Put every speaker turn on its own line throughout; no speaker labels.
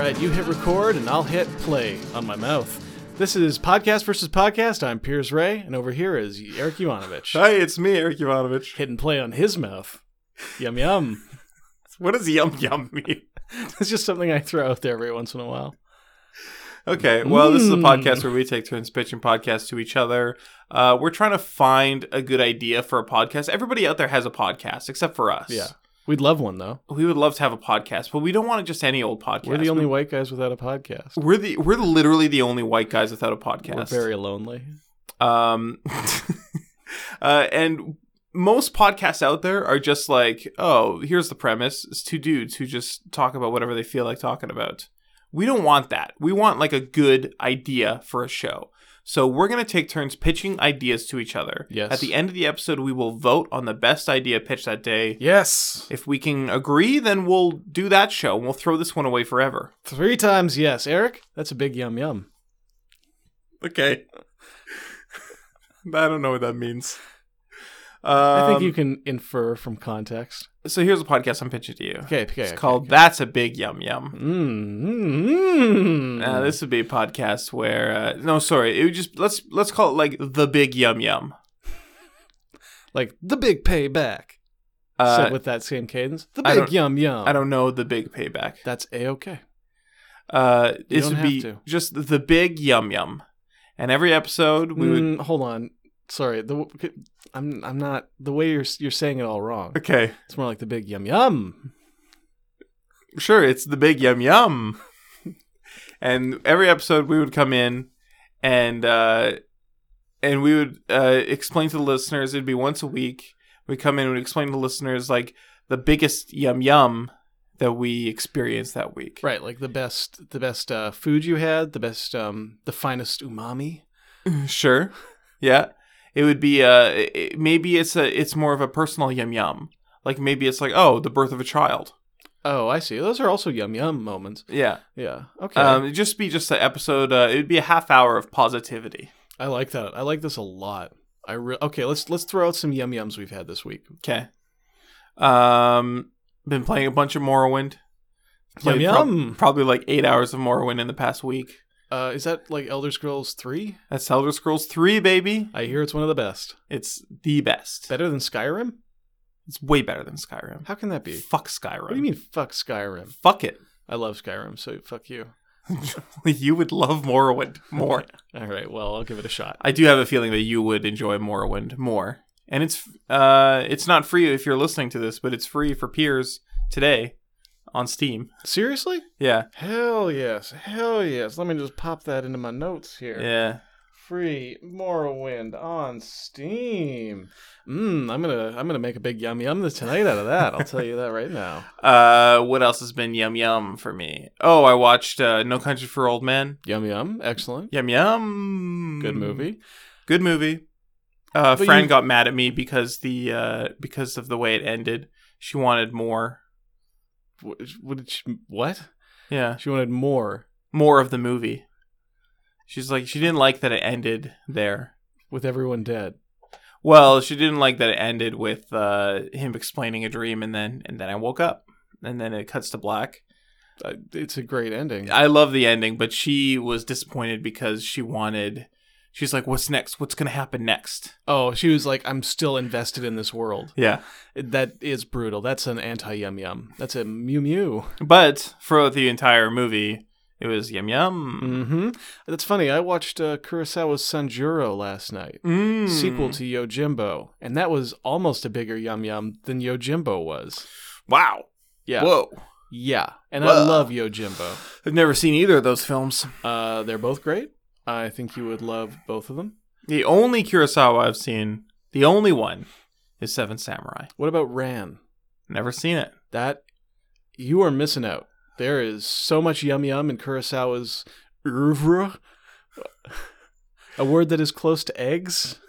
right, you hit record and I'll hit play on my mouth. This is Podcast versus Podcast. I'm Piers Ray, and over here is Eric Ivanovich.
Hi, it's me, Eric Ivanovich.
Hit and play on his mouth. Yum yum.
What does yum yum mean?
It's just something I throw out there every once in a while.
Okay, well, this is a
Mm.
podcast where we take turns pitching podcasts to each other. Uh, we're trying to find a good idea for a podcast. Everybody out there has a podcast, except for us.
Yeah. We'd love one though.
we would love to have a podcast, but we don't want just any old podcast.
We're the only white guys without a podcast.
We're the we're literally the only white guys without a podcast.
We're very lonely.
Um, uh, and most podcasts out there are just like, oh, here's the premise: it's two dudes who just talk about whatever they feel like talking about. We don't want that. We want like a good idea for a show. So we're gonna take turns pitching ideas to each other.
Yes.
At the end of the episode, we will vote on the best idea pitch that day.
Yes.
If we can agree, then we'll do that show and we'll throw this one away forever.
Three times yes. Eric, that's a big yum yum.
Okay. I don't know what that means. Um,
I think you can infer from context.
So here's a podcast I'm pitching to you.
Okay, okay.
It's called That's a Big Yum Yum.
Mm, mm, mm.
Uh, this would be a podcast where uh, no, sorry, it would just let's let's call it like the Big Yum Yum.
like the big payback.
Uh,
said with that same cadence. The
I
big
don't-
yum yum.
I don't know the big payback.
That's a okay.
Uh, this
don't
would
have
be
to.
just the Big Yum Yum, and every episode we would.
Mm, hold on. Sorry. The w- I'm I'm not the way you're you're saying it all wrong.
Okay,
It's more like the big yum yum.
sure, it's the Big Yum Yum, and every episode we would come in, and uh, and we would uh, explain to the listeners. It'd be once a week. We come in and we'd explain to the listeners like the biggest yum yum that we experienced that week.
Right. Like the best the best uh, food you had. The best um the finest umami.
Sure. Yeah. It would be uh i- i maybe it's a it's more of a personal yum yum. Like maybe it's like oh the birth of a child.
Oh, I see. Those are also yum yum moments.
Yeah.
Yeah. Okay.
Um it'd just be just an episode uh it would be a half hour of positivity.
I like that. I like this a lot. I re- okay. Let's let's throw out some yum yums we've had this week.
Okay. Um been playing a bunch of Morrowind.
Yum
Played prob-
yum.
probably like 8 hours of Morrowind in the past week.
Uh, is that like Elder Scrolls Three?
That's Elder Scrolls 3 baby.
I hear it's one of the best.
It's the best.
Better than Skyrim?
It's way better than Skyrim.
How can that be?
Fuck Skyrim.
What do you mean, fuck Skyrim?
Fuck it.
I love Skyrim, so fuck you.
you would love Morrowind more.
All right, well, I'll give it a shot.
I do have a feeling that you would enjoy Morrowind more. And it's uh it's not free if you're listening to this, but it's free for peers today on Steam.
Seriously?
Yeah.
Hell yes. Hell yes. Let me just pop that into my notes here.
Yeah.
Free Morrowind on Steam. Mmm, I'm gonna I'm gonna make a big yum yum tonight out of that. I'll tell you that right now.
Uh what else has been yum yum for me? Oh, I watched uh, No Country for Old Men.
Yum yum, excellent.
Yum yum.
Good movie.
Good movie. Uh
But
Fran
you-
got mad at me because the uh because of the way it ended. She wanted more.
Wh- What? Did she, what?
Yeah.
She wanted more
More of the movie. She's like she didn't like that it ended there.
with everyone dead.
Well, she didn't like that it ended with uh, him explaining a dream, and then and then I woke up, and then it cuts to black.
Uh, It's a great ending.
I love the ending, but she was disappointed because she wanted. She's like, "What's next? What's gonna happen next?"
Oh, she was like, I'm still invested in this world.
Yeah,
That is brutal. That's an anti yum yum. That's a mew mew.
but for the entire movie, it was yum yum.
Mm-hmm. That's funny. I watched uh, Kurosawa's Sanjuro last night,
Mm.
sequel to Yojimbo, and that was almost a bigger yum yum than Yojimbo was.
Wow.
Yeah,
Whoa.
yeah. And I
Whoa.
love Yojimbo.
I've never seen either of those films.
Uh, they're both great. I think you would love both of them.
The only Kurosawa I've seen, the only one, is Seven Samurai.
What about Ran?
Never seen it.
That you are missing out. There is so much yum yum in Kurosawa's oeuvre. A word that is close to eggs,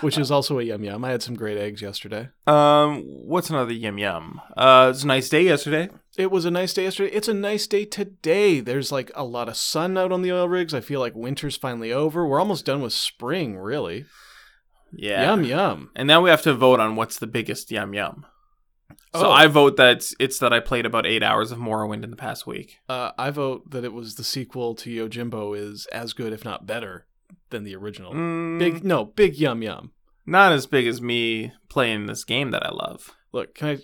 which is also a yum yum. I had some great eggs yesterday.
Um, what's another yum yum? Uh, it's a nice day yesterday.
It was a nice day yesterday. It's a nice day today. There's like a lot of sun out on the oil rigs. I feel like winter's finally over. We're almost done with spring, really.
Yeah.
Yum yum.
And now we have to vote on what's the biggest yum yum. So
Oh.
I vote that it's, it's that I played about eight hours of Morrowind in the past week.
Uh, I vote that it was the sequel to Yojimbo is as good, if not better, than the original.
Mm,
Big no, big yum yum.
not as big as me playing this game that I love.
Look, can I? Do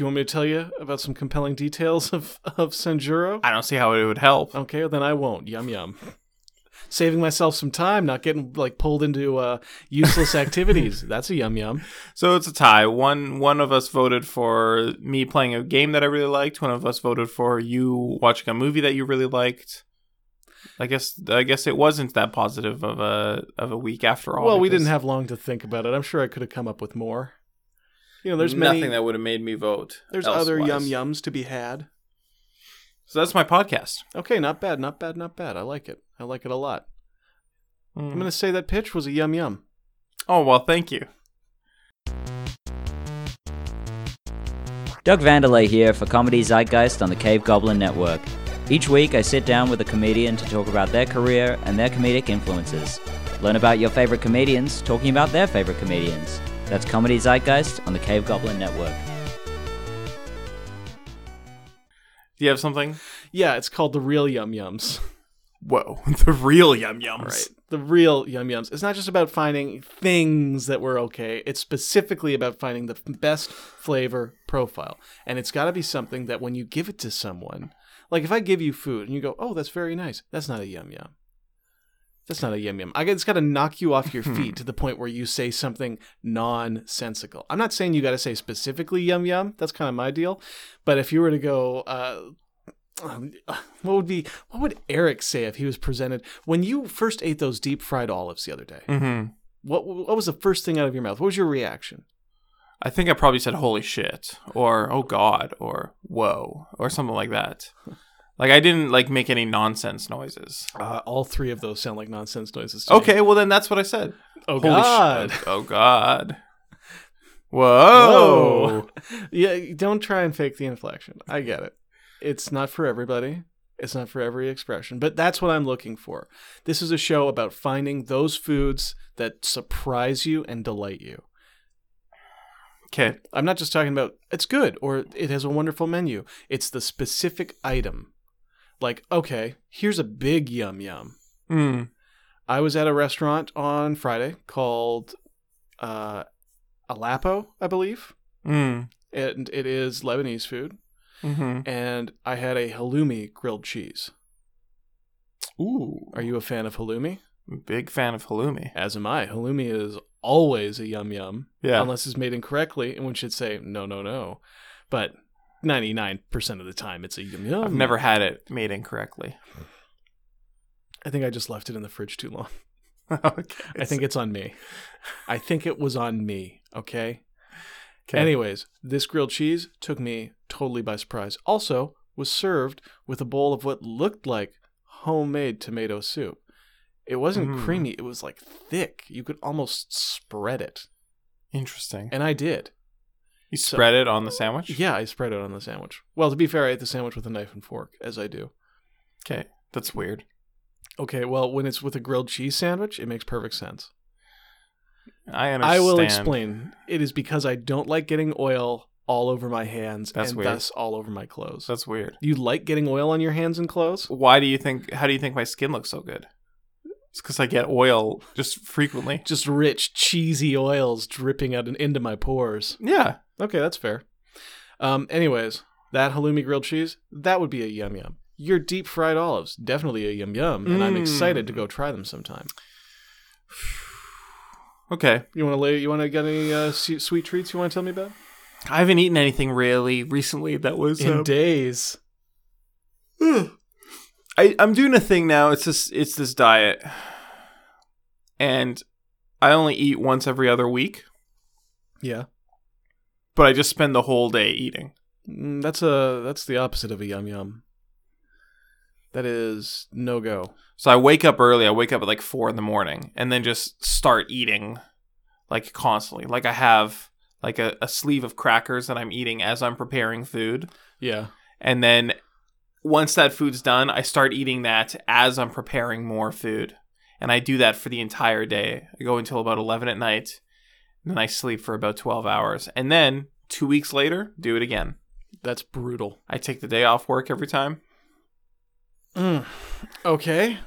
you want me to tell you about some compelling details of of Sanjuro?
I don't see how it would help.
Okay, well, then I won't. Yum yum. Saving myself some time, not getting like pulled into uh, useless activities. That's a yum yum.
So it's a tie. One one of us voted for me playing a game that I really liked. One of us voted for you watching a movie that you really liked. I guess I guess it wasn't that positive of a of a week after all.
Well, we
because
didn't have long to think about it. I'm sure I could have come up with more. You know, there's many.
nothing that would have made me vote.
there's other
elsewise.
yum yums to be had.
So that's my podcast.
Okay, not bad, not bad, not bad. I like it. I like it a lot.
Mm.
I'm gonna say that pitch was a yum yum.
Oh well, thank you.
Doug Vanderlei here for Comedy Zeitgeist on the Cave Goblin Network. Each week, I sit down with a comedian to talk about their career and their comedic influences. Learn about your favorite comedians talking about their favorite comedians. That's Comedy Zeitgeist on the Cave Goblin Network.
Do you have something?
Yeah, it's called the real yum yums.
Whoa, the real yum yums.
Right. The real yum yums. It's not just about finding things that were okay. It's specifically about finding the best flavor profile. And it's got to be something that when you give it to someone, like if I give you food and you go, "Oh, that's very nice." That's not a yum yum. That's not a yum yum. I got- it's got to knock you off your feet to the point where you say something nonsensical. I'm not saying you got to say specifically yum yum. That's kind of my deal. But if you were to go, uh, um, what would be what would Eric say if he was presented when you first ate those deep fried olives the other day?
Mm-hmm.
What what was the first thing out of your mouth? What was your reaction?
I think I probably said "holy shit" or "oh god" or "whoa" or something like that. Like I didn't like make any nonsense noises.
Uh, all three of those sound like nonsense noises. to me.
Okay, well then that's what I said.
Oh
Holy
God.
shit. Oh god. Whoa.
yeah. Don't try and fake the inflection. I get it. It's not for everybody. It's not for every expression, but that's what I'm looking for. This is a show about finding those foods that surprise you and delight you.
Okay.
I'm not just talking about it's good or it has a wonderful menu. It's the specific item. Like, okay, here's a big yum yum.
Mm.
I was at a restaurant on Friday called uh, Alapo, I believe,
Mm.
and it is Lebanese food.
hmm
And I had a halloumi grilled cheese.
Ooh.
Are you a fan of halloumi?
Big fan of halloumi.
As am I. Halloumi is always a yum yum,
Yeah.
unless it's made incorrectly, and one should say no, no, no. But 99% of the time, it's a yum yum.
I've never had it made incorrectly.
I think I just left it in the fridge too long.
okay.
I think it's on me. I think it was on me. Okay?
Okay.
Anyways, this grilled cheese took me totally by surprise. Also, was served with a bowl of what looked like homemade tomato soup. It wasn't
Mm.
creamy, it was like thick. You could almost spread it.
interesting.
And I did.
You
so-
spread it on the sandwich?
Yeah, I spread it on the sandwich. Well, to be fair, I ate the sandwich with a knife and fork, as I do.
Okay. That's weird.
Okay, well, when it's with a grilled cheese sandwich, it makes perfect sense.
I understand.
I will explain. It is because I don't like getting oil all over my hands
That's
and
weird.
thus all over my clothes.
That's weird.
you like getting oil on your hands and clothes?
Why do you think how do you think my skin looks so good? It's cuz I get oil just frequently.
Just rich, cheesy oils dripping out and into my pores.
Yeah.
Okay, that's fair. Um, anyways, that halloumi grilled cheese, that would be a yum yum. Your deep fried olives, definitely a yum yum, and I'm
Mm.
excited to go try them sometime.
Okay.
You want to lay? You want to get any uh, su- sweet treats you want to tell me about?
I haven't eaten anything really recently that was
In
um,
days,
I, I'm doing a thing now. It's this it's this diet, and I only eat once every other week,
yeah.
but I just spend the whole day eating.
Mm, that's a that's the opposite of a yum yum. That is no go.
So I wake up early. I wake up at like four in the morning, and then just start eating, like constantly. Like I have like a, a sleeve of crackers that I'm eating as I'm preparing food,
Yeah.
and then once that food's done, I start eating that as I'm preparing more food. And I do that for the entire day. I go until about 11 at night, and then I sleep for about 12 hours. And then Two weeks later, do it again.
That's brutal.
I take the day off work every time.
Mm. Okay.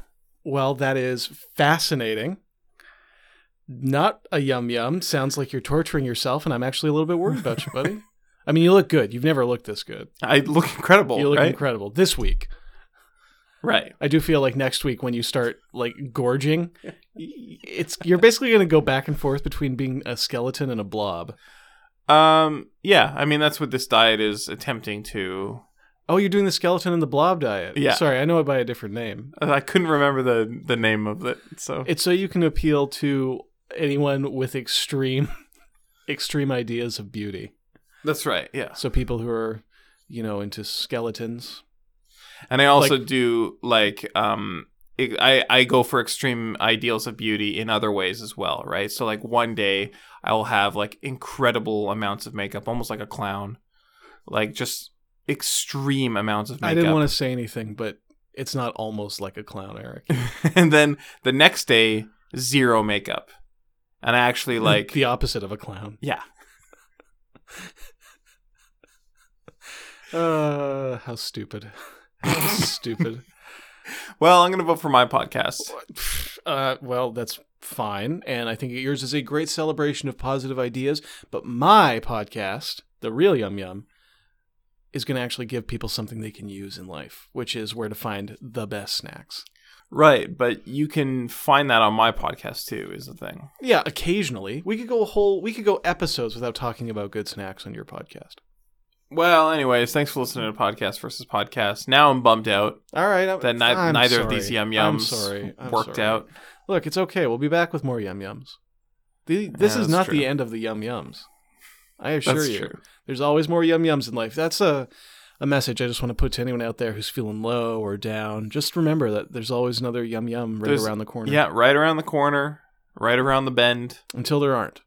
Well, that is fascinating. Not a yum yum. Sounds like you're torturing yourself, and I'm actually a little bit worried about you, buddy. I mean, you look good. You've never looked this good.
I look incredible,
You look
right?
incredible this week.
right.
I do feel like next week when you start like gorging, y- it's you're basically going to go back and forth between being a skeleton and a blob.
Um, yeah, I mean that's what this diet is attempting to.
Oh, you're doing the skeleton and the blob diet.
Yeah.
Sorry, I know it by a different name.
I couldn't remember the the name of it, so
It's so you can appeal to anyone with extreme extreme ideas of beauty.
that's right. Yeah,
So people who are, you know, into skeletons.
and I also do like um. I, I go for extreme ideals of beauty in other ways as well, right? So like one day I'll have like incredible amounts of makeup, almost like a clown, like just extreme amounts of makeup.
I didn't want to say anything, but it's not almost like a clown, Eric.
and then the next day zero makeup and i actually like
the opposite of a clown.
yeah
Uh, how stupid. How stupid.
well i'm gonna vote for my podcast
Uh, well, that's fine. And I think yours is a great celebration of positive ideas. But my podcast, The Real Yum Yum, is going to actually give people something they can use in life, which is where to find the best snacks.
right but you can find that on my podcast too is the thing
Yeah, occasionally. We could go a whole, we could go episodes without talking about good snacks on your podcast.
well anyways thanks for listening to podcast versus podcast now i'm bummed out
All right. I'm-
that ni-
I'm
neither of
sorry.
these yum yums
I'm sorry. I'm
worked
sorry.
out
Look, it's okay. We'll be back with more yum yums. The, this
Yeah,
is
that's
not
true.
the end of the yum yums. I assure
that's
you.
true
There's always more yum yums in life. That's a a message I just want to put to anyone out there who's feeling low or down. Just remember that there's always another yum yum right
There's-
around the corner.
yeah right around the corner right around the bend
Until there aren't.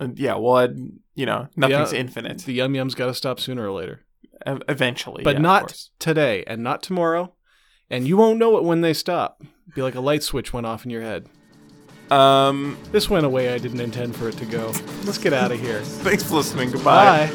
and yeah well I'd, you know nothing's
Yeah,
infinite
The yum yums got to stop sooner or later.
Ev- eventually
But
yeah, of
not
course.
today and not tomorrow. And you won't know it when they stop. Be like a light switch went off in your head.
um
This went away. I didn't intend for it to go. Let's get out of here.
thanks for listening goodbye
Bye.